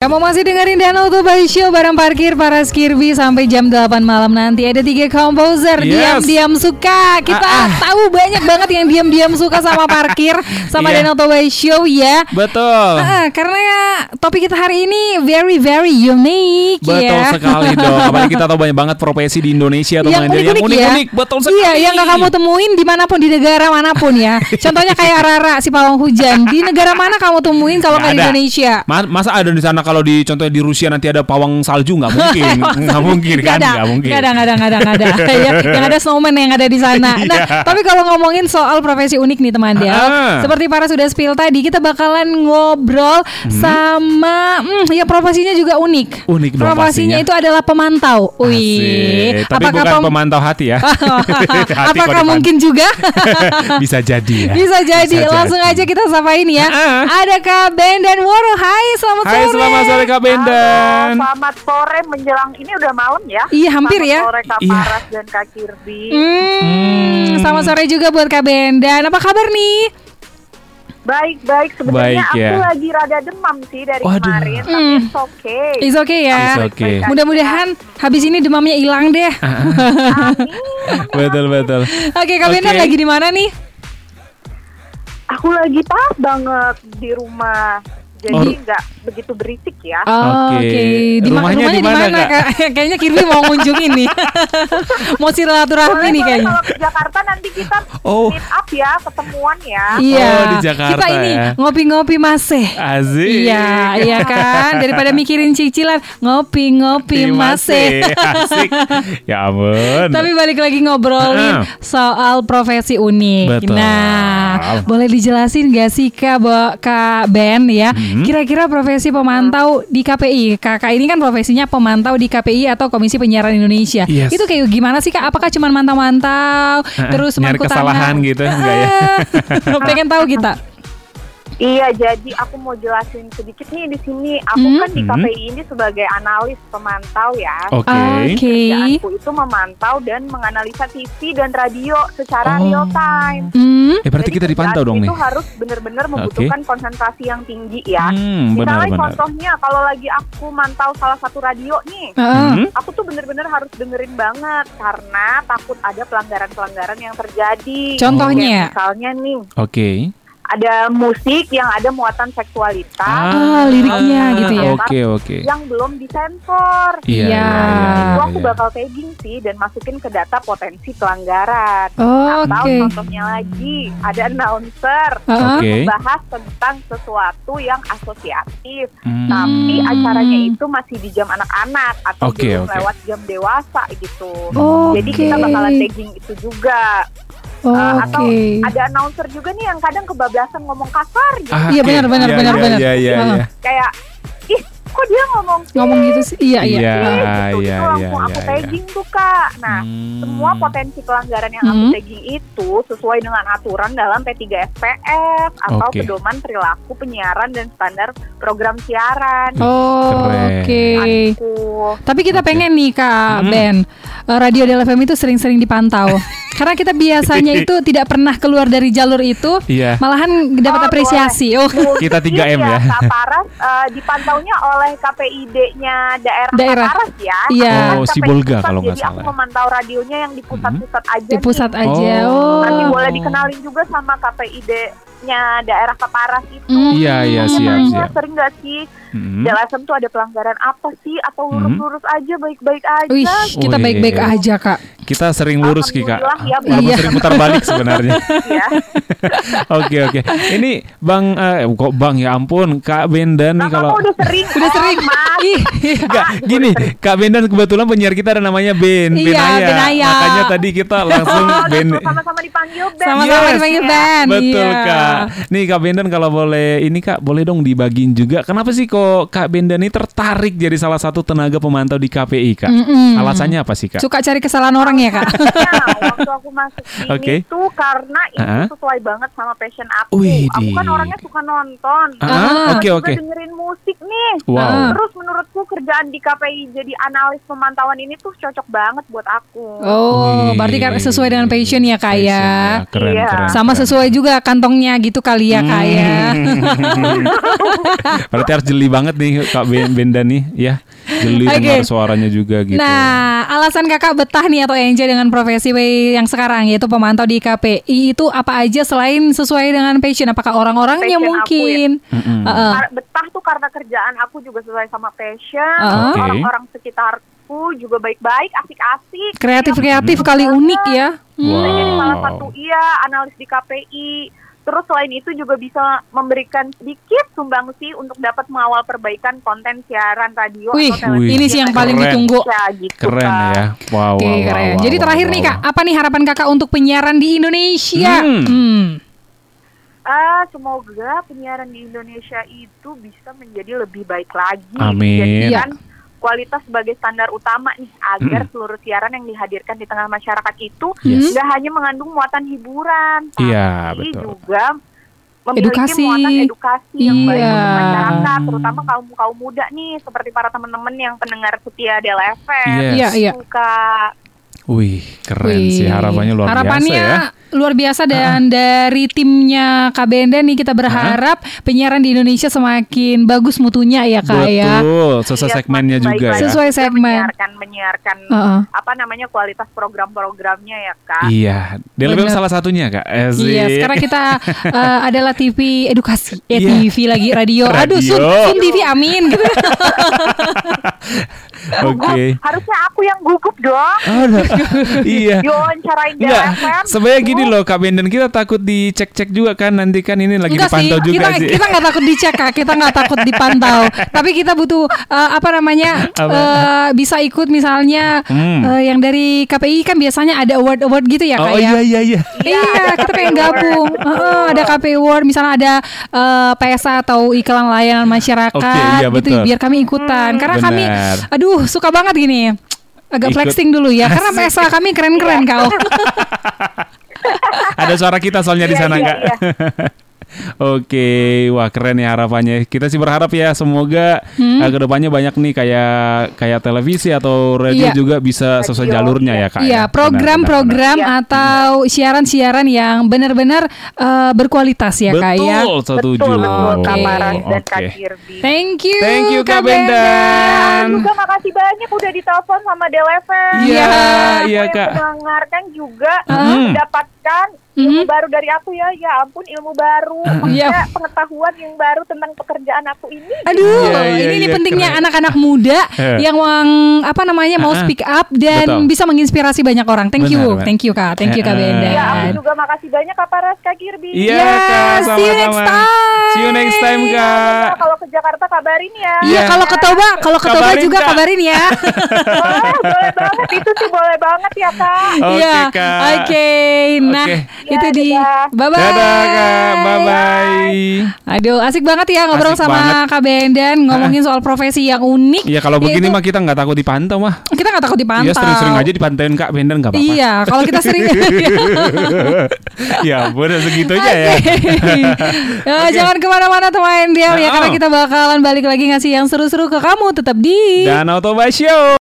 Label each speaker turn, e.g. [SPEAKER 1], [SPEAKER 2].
[SPEAKER 1] Kamu masih dengerin Dan Auto By Show bareng parkir para Skirby sampai jam 8 malam nanti ada tiga komposer
[SPEAKER 2] Yes.
[SPEAKER 1] diam-diam suka kita
[SPEAKER 2] Ah, ah.
[SPEAKER 1] tahu banyak banget yang diam-diam suka sama parkir sama
[SPEAKER 2] Iya.
[SPEAKER 1] Dan
[SPEAKER 2] Oh.
[SPEAKER 1] Auto By Show ya
[SPEAKER 2] Betul.
[SPEAKER 1] Ah, karena ya topik kita hari ini very very unique
[SPEAKER 2] Betul
[SPEAKER 1] ya
[SPEAKER 2] sekali dong. Apalagi kita tahu banyak banget profesi di Indonesia
[SPEAKER 1] yang
[SPEAKER 2] teman
[SPEAKER 1] unik-unik ya
[SPEAKER 2] Betul sekali.
[SPEAKER 1] Iya yang gak kamu temuin dimanapun di negara manapun ya Contohnya kayak Rara si pawang hujan Di negara mana kamu temuin kalau nggak di
[SPEAKER 2] Nggak ada.
[SPEAKER 1] Indonesia
[SPEAKER 2] Ma- masa ada di sana kalau di contohnya di Rusia nanti ada pawang salju nggak mungkin, nggak mungkin kan,
[SPEAKER 1] Nggak ada,
[SPEAKER 2] nggak mungkin.
[SPEAKER 1] nggak ada, nggak ada, nggak ada, nggak ada. Ya, yang ada snowman yang ada di sana. Nah,
[SPEAKER 2] Iya.
[SPEAKER 1] tapi kalau ngomongin soal profesi unik nih teman dia,
[SPEAKER 2] Ah.
[SPEAKER 1] seperti para sudah spill tadi, kita bakalan ngobrol sama, hmm, ya profesinya juga unik.
[SPEAKER 2] Hmm. Unik dong
[SPEAKER 1] Profesinya
[SPEAKER 2] pastinya.
[SPEAKER 1] itu adalah pemantau. Wih,
[SPEAKER 2] Asik. Tapi bukan
[SPEAKER 1] pem-
[SPEAKER 2] pemantau hati ya. Hati kok
[SPEAKER 1] apakah
[SPEAKER 2] dipantau.
[SPEAKER 1] mungkin juga?
[SPEAKER 2] Bisa jadi ya.
[SPEAKER 1] Bisa jadi.
[SPEAKER 2] Bisa
[SPEAKER 1] Langsung aja kita sapain ya.
[SPEAKER 2] Ah.
[SPEAKER 1] Ada Kak Ben dan Woro. Hai, selamat
[SPEAKER 2] Hai,
[SPEAKER 1] sore.
[SPEAKER 2] selamat sore Kak Bendan.
[SPEAKER 3] Halo, selamat sore menjelang ini udah malam ya.
[SPEAKER 1] Iya, hampir
[SPEAKER 3] selamat
[SPEAKER 1] ya.
[SPEAKER 3] Sore Kak
[SPEAKER 2] Iya.
[SPEAKER 3] Paras dan Kak Kirby.
[SPEAKER 1] Hmm, selamat sore juga buat Kak Bendan. Apa kabar nih?
[SPEAKER 3] Baik-baik sebenarnya
[SPEAKER 2] Baik,
[SPEAKER 3] aku
[SPEAKER 2] ya.
[SPEAKER 3] lagi rada demam sih dari
[SPEAKER 2] Waduh.
[SPEAKER 3] kemarin, tapi
[SPEAKER 1] Hmm.
[SPEAKER 3] it's okay.
[SPEAKER 1] It's okay ya.
[SPEAKER 2] It's okay. Ah.
[SPEAKER 1] Mudah-mudahan habis ini demamnya hilang deh.
[SPEAKER 3] Amin.
[SPEAKER 2] Betul betul.
[SPEAKER 1] Oke, Kak Bendan
[SPEAKER 2] Oke.
[SPEAKER 1] lagi di mana nih?
[SPEAKER 3] Aku lagi pas banget di rumah. Jadi nggak begitu berisik ya.
[SPEAKER 1] Oh, Oke,
[SPEAKER 2] Oke.
[SPEAKER 1] di ma-
[SPEAKER 2] Rumahnya
[SPEAKER 1] rumahnya, di
[SPEAKER 2] di mana,
[SPEAKER 1] mana?
[SPEAKER 2] Kak?
[SPEAKER 1] Kak? kayaknya Kirby mau ngunjungin nih. mau silaturahmi
[SPEAKER 3] Boleh,
[SPEAKER 1] nih
[SPEAKER 3] boleh,
[SPEAKER 1] kayaknya.
[SPEAKER 3] kalau ke Jakarta nanti kita
[SPEAKER 2] Oh.
[SPEAKER 3] meet up ya, ketemuan ya.
[SPEAKER 1] Iya.
[SPEAKER 2] di Jakarta
[SPEAKER 1] Kita ini
[SPEAKER 2] ya.
[SPEAKER 1] ngopi-ngopi masih.
[SPEAKER 2] Aziz.
[SPEAKER 1] Iya, iya kan. Daripada mikirin cicilan, ngopi-ngopi masih.
[SPEAKER 2] Asik. Ya ampun.
[SPEAKER 1] Tapi balik lagi ngobrolin
[SPEAKER 2] Ah.
[SPEAKER 1] soal profesi unik.
[SPEAKER 2] Betul.
[SPEAKER 1] Nah, boleh dijelasin gak sih Kak, Bo- Kak Ben ya?
[SPEAKER 2] Mhm.
[SPEAKER 1] Kira-kira profesi pemantau di KPI. Kakak ini kan profesinya pemantau di KPI atau Komisi Penyiaran Indonesia.
[SPEAKER 2] Yes.
[SPEAKER 1] Itu kayak gimana sih Kak? Apakah cuma mantau-mantau terus
[SPEAKER 2] nyari
[SPEAKER 1] mangku
[SPEAKER 2] kesalahan
[SPEAKER 1] tangan?
[SPEAKER 2] gitu, enggak ya?
[SPEAKER 1] Ah, Pengen tahu kita.
[SPEAKER 3] Iya, jadi aku mau jelasin sedikit nih di sini. Aku
[SPEAKER 1] Hmm. Oh.
[SPEAKER 3] kan di
[SPEAKER 2] Hmm.
[SPEAKER 3] KPI ini sebagai analis pemantau ya.
[SPEAKER 2] Oke.
[SPEAKER 1] Ah, Oke.
[SPEAKER 3] Kerjaanku itu memantau dan menganalisa TV dan radio secara
[SPEAKER 2] Oh.
[SPEAKER 3] real time.
[SPEAKER 1] Hmm.
[SPEAKER 2] Eh berarti
[SPEAKER 3] Jadi
[SPEAKER 2] kita dipantau
[SPEAKER 3] kerjaan
[SPEAKER 2] dong nih.
[SPEAKER 3] Itu harus benar-benar membutuhkan konsentrasi yang tinggi ya.
[SPEAKER 2] Hmm,
[SPEAKER 3] Misalnya
[SPEAKER 2] benar-benar.
[SPEAKER 3] contohnya kalau lagi aku mantau salah satu radio nih,
[SPEAKER 1] Ah,
[SPEAKER 2] Hmm?
[SPEAKER 3] aku tuh benar-benar harus dengerin banget karena takut ada pelanggaran-pelanggaran yang terjadi.
[SPEAKER 1] Contohnya?
[SPEAKER 3] Kayak misalnya nih
[SPEAKER 2] Oke.
[SPEAKER 3] ada musik yang ada muatan seksualitas
[SPEAKER 1] Ah, liriknya gitu ya.
[SPEAKER 2] Oke, oke.
[SPEAKER 3] yang belum disensor.
[SPEAKER 2] Iya.
[SPEAKER 1] Iya.
[SPEAKER 3] Itu
[SPEAKER 2] iya,
[SPEAKER 3] aku
[SPEAKER 2] iya.
[SPEAKER 3] bakal tagging sih dan masukin ke data potensi pelanggaran. Atau
[SPEAKER 1] Oke.
[SPEAKER 3] contohnya lagi ada announcer
[SPEAKER 1] Ah,
[SPEAKER 2] Oke.
[SPEAKER 3] membahas tentang sesuatu yang asosiatif,
[SPEAKER 2] Hmm.
[SPEAKER 3] tapi acaranya itu masih di jam anak-anak atau
[SPEAKER 2] Oke,
[SPEAKER 3] belum
[SPEAKER 2] oke.
[SPEAKER 3] lewat jam dewasa gitu.
[SPEAKER 1] Oh, Oke. Oh,
[SPEAKER 3] Jadi kita bakalan tagging itu juga.
[SPEAKER 1] Oke.
[SPEAKER 3] Eh, atau ada announcer juga nih yang kadang kebablasan ngomong kasar gitu.
[SPEAKER 2] Ah,
[SPEAKER 1] Iya,
[SPEAKER 2] oke.
[SPEAKER 1] benar, benar,
[SPEAKER 2] Iya,
[SPEAKER 1] benar,
[SPEAKER 2] iya,
[SPEAKER 1] benar.
[SPEAKER 2] Iya, iya,
[SPEAKER 1] Ah.
[SPEAKER 2] iya.
[SPEAKER 3] Kayak ih kok dia ngomong sih?"
[SPEAKER 1] Ngomong gitu sih. Iya, iya.
[SPEAKER 2] Iya,
[SPEAKER 3] Ih,
[SPEAKER 2] iya,
[SPEAKER 3] gitu, itu langsung
[SPEAKER 2] iya,
[SPEAKER 3] aku
[SPEAKER 2] iya. Hmm.
[SPEAKER 3] tagging tuh kak. Nah, semua potensi pelanggaran yang aku
[SPEAKER 1] Hmm.
[SPEAKER 3] tagging itu sesuai dengan aturan dalam P3SPF atau
[SPEAKER 2] Oke.
[SPEAKER 3] pedoman perilaku penyiaran dan standar program siaran.
[SPEAKER 1] Oh,
[SPEAKER 2] Keren.
[SPEAKER 1] oke.
[SPEAKER 3] Aku
[SPEAKER 1] Tapi kita
[SPEAKER 2] Oke. Hmm.
[SPEAKER 1] pengen nih Kak
[SPEAKER 2] Mm-mm.
[SPEAKER 1] Ben, eh, Radio Del FM itu sering-sering dipantau. Karena kita biasanya itu tidak pernah keluar dari jalur itu,
[SPEAKER 2] Iya.
[SPEAKER 1] malahan dapat
[SPEAKER 3] Oh,
[SPEAKER 1] apresiasi. Oh,
[SPEAKER 2] Kita 3M ya.
[SPEAKER 3] Iya, Kak Paras eh, dipantaunya oleh KPID-nya daerah,
[SPEAKER 1] Daerah.
[SPEAKER 3] Kaparas ya.
[SPEAKER 1] Iya.
[SPEAKER 2] Oh,
[SPEAKER 3] KPI
[SPEAKER 2] Sibolga
[SPEAKER 3] pusat,
[SPEAKER 2] kalau nggak
[SPEAKER 3] jadi
[SPEAKER 2] salah. Hmm.
[SPEAKER 3] aku memantau radionya yang di pusat-pusat aja.
[SPEAKER 1] di pusat
[SPEAKER 3] nih.
[SPEAKER 1] aja.
[SPEAKER 2] Oh.
[SPEAKER 3] Nanti
[SPEAKER 1] Oh.
[SPEAKER 3] boleh dikenalin juga sama KPID-nya daerah Kaparas itu.
[SPEAKER 1] Mm.
[SPEAKER 2] Iya, iya,
[SPEAKER 3] Makanya
[SPEAKER 2] siap,
[SPEAKER 3] nanya,
[SPEAKER 2] siap.
[SPEAKER 3] Sering nggak sih
[SPEAKER 2] Hmm.
[SPEAKER 3] jelasan tuh ada pelanggaran apa sih? Apa lurus-lurus aja, baik-baik aja.
[SPEAKER 1] Wih, kita
[SPEAKER 2] Wih.
[SPEAKER 1] baik-baik aja Kak.
[SPEAKER 2] Kita sering lurus Ki Kak.
[SPEAKER 3] Alhamdulillah ya,
[SPEAKER 2] Walaupun
[SPEAKER 1] Iya.
[SPEAKER 2] sering putar balik sebenarnya.
[SPEAKER 3] ya.
[SPEAKER 2] Oke, oke. Ini Bang eh kok Bang ya ampun, Kak Bendan
[SPEAKER 3] Nah,
[SPEAKER 2] nih kalau
[SPEAKER 3] kamu udah sering.
[SPEAKER 1] Udah
[SPEAKER 3] oh,
[SPEAKER 1] sering.
[SPEAKER 3] Mas.
[SPEAKER 1] Ih,
[SPEAKER 2] Enggak, gini, Kak Bendan kebetulan penyiar kita ada namanya Ben,
[SPEAKER 1] Iya,
[SPEAKER 2] Benaya.
[SPEAKER 1] Benaya.
[SPEAKER 2] Makanya tadi kita langsung
[SPEAKER 3] Oh, udah
[SPEAKER 2] Ben.
[SPEAKER 3] sama-sama dipanggil Ben.
[SPEAKER 1] sama-sama
[SPEAKER 2] Yes.
[SPEAKER 1] dipanggil Ben.
[SPEAKER 2] Betul
[SPEAKER 1] Iya.
[SPEAKER 2] Kak. Nih Kak Bendan kalau boleh ini Kak, boleh dong dibagiin juga. Kenapa sih kok Kak Bendan ini tertarik jadi salah satu tenaga pemantau di KPI Kak?
[SPEAKER 1] Mm-mm.
[SPEAKER 2] Alasannya apa sih Kak?
[SPEAKER 1] Suka cari kesalahan orang ya Kak.
[SPEAKER 3] Nah, waktu aku masuk sini
[SPEAKER 2] Oke.
[SPEAKER 3] tuh karena itu
[SPEAKER 2] Ah.
[SPEAKER 3] sesuai banget sama passion aku.
[SPEAKER 2] Wih,
[SPEAKER 3] Aku kan
[SPEAKER 2] di-
[SPEAKER 3] orangnya suka nonton.
[SPEAKER 2] Ah,
[SPEAKER 1] Ah.
[SPEAKER 2] oke
[SPEAKER 3] Juga
[SPEAKER 2] oke.
[SPEAKER 3] dengerin musik nih.
[SPEAKER 2] Wow.
[SPEAKER 3] Terus menurut menurutku kerjaan di KPI jadi analis pemantauan ini tuh cocok banget buat aku.
[SPEAKER 1] Oh,
[SPEAKER 2] Wih.
[SPEAKER 1] berarti kan sesuai dengan passion ya kak ya.
[SPEAKER 2] Passion, Keren,
[SPEAKER 3] Iya.
[SPEAKER 2] keren.
[SPEAKER 1] Sama
[SPEAKER 2] keren.
[SPEAKER 1] sesuai juga kantongnya gitu kali ya kak ya.
[SPEAKER 2] Hmm. Berarti harus jeli banget nih Kak Ben- Benda nih ya. Jeli
[SPEAKER 1] Oke.
[SPEAKER 2] dengar suaranya juga gitu.
[SPEAKER 1] Nah, alasan kakak betah nih atau enjoy dengan profesi yang sekarang yaitu pemantau di KPI itu apa aja selain sesuai dengan passion? Apakah orang-orangnya
[SPEAKER 3] Passion aku ya.
[SPEAKER 1] mungkin?
[SPEAKER 2] Mm-mm.
[SPEAKER 1] Heeh.
[SPEAKER 3] Kar- Betah tuh karena kerjaan aku juga sesuai sama passion.
[SPEAKER 1] Uh-uh.
[SPEAKER 2] Oke.
[SPEAKER 3] Orang-orang sekitarku juga baik-baik, asik-asik.
[SPEAKER 1] Kreatif-kreatif kali unik ya.
[SPEAKER 2] Wow.
[SPEAKER 3] Jadi salah satu iya analis di KPI. Terus selain itu juga bisa memberikan sedikit sumbangsi untuk dapat mengawal perbaikan konten siaran radio
[SPEAKER 1] Wih,
[SPEAKER 3] atau televisi
[SPEAKER 1] ini sih yang paling
[SPEAKER 2] Keren.
[SPEAKER 1] ditunggu.
[SPEAKER 3] Ya, gitu,
[SPEAKER 2] Keren
[SPEAKER 3] Kak.
[SPEAKER 2] ya. Wow.
[SPEAKER 1] Oke,
[SPEAKER 2] wow, wow,
[SPEAKER 1] keren.
[SPEAKER 2] wow,
[SPEAKER 1] Jadi
[SPEAKER 2] wow,
[SPEAKER 1] terakhir
[SPEAKER 2] wow,
[SPEAKER 1] nih
[SPEAKER 2] wow.
[SPEAKER 1] Kak, apa nih harapan Kakak untuk penyiaran di Indonesia?
[SPEAKER 2] Hmm.
[SPEAKER 1] Hmm.
[SPEAKER 3] Ah, semoga penyiaran di Indonesia itu bisa menjadi lebih baik lagi.
[SPEAKER 2] Amin.
[SPEAKER 3] Dijadikan
[SPEAKER 1] Iya.
[SPEAKER 3] kualitas sebagai standar utama nih agar seluruh siaran yang dihadirkan di tengah masyarakat itu
[SPEAKER 2] Hmm. Yes.
[SPEAKER 3] nggak hanya mengandung muatan hiburan,
[SPEAKER 2] Iya,
[SPEAKER 3] tapi
[SPEAKER 2] betul.
[SPEAKER 3] juga memiliki
[SPEAKER 1] Edukasi.
[SPEAKER 3] muatan edukasi yang baik
[SPEAKER 1] Iya.
[SPEAKER 3] untuk masyarakat, terutama kaum kaum muda nih seperti para teman-teman yang pendengar setia Del FM.
[SPEAKER 2] Yes.
[SPEAKER 1] Iya, iya.
[SPEAKER 3] Suka
[SPEAKER 2] Wih, keren sih
[SPEAKER 1] Wih.
[SPEAKER 2] harapannya luar
[SPEAKER 1] Harapannya
[SPEAKER 2] biasa ya.
[SPEAKER 1] luar biasa dan dari timnya Kak Benda nih kita berharap penyiaran di Indonesia semakin bagus mutunya ya Kak ya.
[SPEAKER 2] Betul, sesuai
[SPEAKER 3] Iya,
[SPEAKER 2] segmennya
[SPEAKER 3] semakin
[SPEAKER 2] juga
[SPEAKER 3] baik
[SPEAKER 2] ya.
[SPEAKER 3] lagi.
[SPEAKER 1] Sesuai segmen. Oh,
[SPEAKER 3] menyiarkan menyiarkan
[SPEAKER 1] Heeh.
[SPEAKER 3] apa namanya kualitas program-programnya ya kak.
[SPEAKER 2] Iya, dia
[SPEAKER 1] Bener.
[SPEAKER 2] lebih salah satunya Kak. Asik.
[SPEAKER 1] Iya, sekarang kita eh, adalah TV edukasi, ya
[SPEAKER 2] Iya.
[SPEAKER 1] TV lagi radio. Aduh,
[SPEAKER 2] Radio.
[SPEAKER 1] Sun, Sun TV amin. Gitu.
[SPEAKER 2] Oke.
[SPEAKER 3] Harusnya aku yang gugup dong.
[SPEAKER 2] Ada. iya.
[SPEAKER 3] Diwawancarain Del
[SPEAKER 2] Enggak,
[SPEAKER 3] FM.
[SPEAKER 2] sebenarnya gini loh Kak Benden kita takut dicek-cek juga kan nanti kan ini lagi
[SPEAKER 1] Enggak
[SPEAKER 2] dipantau juga
[SPEAKER 1] kita
[SPEAKER 2] sih.
[SPEAKER 1] kita nggak takut dicek Kak. kita nggak takut dipantau. Tapi kita butuh eh, apa namanya
[SPEAKER 2] Apa?
[SPEAKER 1] eh, bisa ikut misalnya
[SPEAKER 2] Hmm.
[SPEAKER 1] eh, yang dari KPI kan biasanya ada award award gitu ya
[SPEAKER 2] oh
[SPEAKER 1] kak ya.
[SPEAKER 2] iya iya iya.
[SPEAKER 1] Iya, kita pengen gabung. Heeh, ada KPI Award, misalnya ada eh, PSA atau iklan layanan masyarakat
[SPEAKER 2] Oke, iya,
[SPEAKER 1] gitu
[SPEAKER 2] betul. Hmm.
[SPEAKER 1] biar kami ikutan. Karena kami
[SPEAKER 2] Benar.
[SPEAKER 1] aduh, suka banget gini. Agak
[SPEAKER 2] Ikut. Iya.
[SPEAKER 1] flexing dulu ya, karena PSA kami keren-keren kau.
[SPEAKER 2] Ada suara kita soalnya di
[SPEAKER 3] Iya,
[SPEAKER 2] sana
[SPEAKER 3] iya,
[SPEAKER 2] Kak.
[SPEAKER 3] iya.
[SPEAKER 2] Oke, wah keren ya harapannya. Kita sih berharap ya semoga
[SPEAKER 1] Hmm?
[SPEAKER 2] eh, kedepannya banyak nih kayak kayak televisi atau radio
[SPEAKER 1] Iya.
[SPEAKER 2] juga bisa sesuai
[SPEAKER 3] Radio,
[SPEAKER 2] jalurnya ya kak.
[SPEAKER 1] Iya,
[SPEAKER 2] ya. Benar, benar, Iya. benar.
[SPEAKER 1] program-program
[SPEAKER 3] benar.
[SPEAKER 1] atau siaran-siaran yang benar-benar eh, berkualitas ya kak ya.
[SPEAKER 2] Betul, setuju.
[SPEAKER 3] Betul, betul,
[SPEAKER 1] Oke.
[SPEAKER 3] Kak Maras dan
[SPEAKER 2] Oke.
[SPEAKER 3] Kak Kirby.
[SPEAKER 1] Thank you.
[SPEAKER 2] Thank you, Kak
[SPEAKER 1] Bendan.
[SPEAKER 2] Bendan.
[SPEAKER 3] Juga makasih banyak udah ditelepon sama Del FM.
[SPEAKER 2] Iya,
[SPEAKER 3] Aku
[SPEAKER 2] iya
[SPEAKER 3] yang
[SPEAKER 2] Kak.
[SPEAKER 3] Mendengarkan juga
[SPEAKER 2] Mm.
[SPEAKER 3] mendapatkan
[SPEAKER 1] Mm.
[SPEAKER 3] ilmu baru dari aku ya. Ya ampun ilmu baru.
[SPEAKER 2] Hmm.
[SPEAKER 1] Iya.
[SPEAKER 3] Maksudnya pengetahuan yang baru tentang pekerjaan aku ini.
[SPEAKER 1] Aduh, oh,
[SPEAKER 2] Iya, iya,
[SPEAKER 1] ini nih
[SPEAKER 2] iya,
[SPEAKER 1] pentingnya
[SPEAKER 2] keren.
[SPEAKER 1] anak-anak muda
[SPEAKER 2] Eh.
[SPEAKER 1] yang mang- apa namanya mau
[SPEAKER 2] Ah,
[SPEAKER 1] speak up dan
[SPEAKER 2] betul.
[SPEAKER 1] bisa menginspirasi banyak orang. Thank you,
[SPEAKER 2] Benar, Mbak.
[SPEAKER 1] thank you kak, thank you kak
[SPEAKER 2] Eh, eh.
[SPEAKER 1] Benda.
[SPEAKER 3] Ya aku juga makasih banyak Kak Paras, Kak Kirby.
[SPEAKER 2] Iya
[SPEAKER 1] Ya,
[SPEAKER 2] kak, sama-sama.
[SPEAKER 1] see you next time.
[SPEAKER 2] See you next time, kak.
[SPEAKER 3] Nah, kalau ke Jakarta kabarin ya.
[SPEAKER 1] Iya,
[SPEAKER 2] Iya.
[SPEAKER 1] kalau ke Toba, kalau ke Toba
[SPEAKER 2] Kabarin,
[SPEAKER 1] juga
[SPEAKER 2] Kak.
[SPEAKER 1] kabarin ya.
[SPEAKER 3] Boleh, boleh banget itu sih boleh banget ya kak.
[SPEAKER 2] Oke,
[SPEAKER 1] Iya,
[SPEAKER 2] Kak.
[SPEAKER 1] Oke, nah
[SPEAKER 2] Oke.
[SPEAKER 1] itu
[SPEAKER 3] Ya,
[SPEAKER 1] di
[SPEAKER 3] dadah.
[SPEAKER 1] bye bye.
[SPEAKER 2] Dadah kak, bye bye.
[SPEAKER 1] Aduh, asik banget ya ngobrol
[SPEAKER 2] Asik
[SPEAKER 1] sama
[SPEAKER 2] banget. Eh.
[SPEAKER 1] Kak Bendan ngomongin soal profesi yang unik.
[SPEAKER 2] Iya kalau begini
[SPEAKER 1] Yaitu-
[SPEAKER 2] mah kita nggak takut dipantau mah.
[SPEAKER 1] kita nggak takut dipantau.
[SPEAKER 2] Iya sering-sering aja dipantauin kak Bender nggak apa-apa.
[SPEAKER 1] Iya, kalau kita sering
[SPEAKER 2] ya boleh segitunya ya.
[SPEAKER 1] Ya,
[SPEAKER 2] Oke.
[SPEAKER 1] Jangan kemana-mana teman Del ya
[SPEAKER 2] Nah,
[SPEAKER 1] karena
[SPEAKER 2] oh.
[SPEAKER 1] kita bakalan balik lagi ngasih yang seru-seru ke kamu tetap di.
[SPEAKER 2] Danau Toba Show.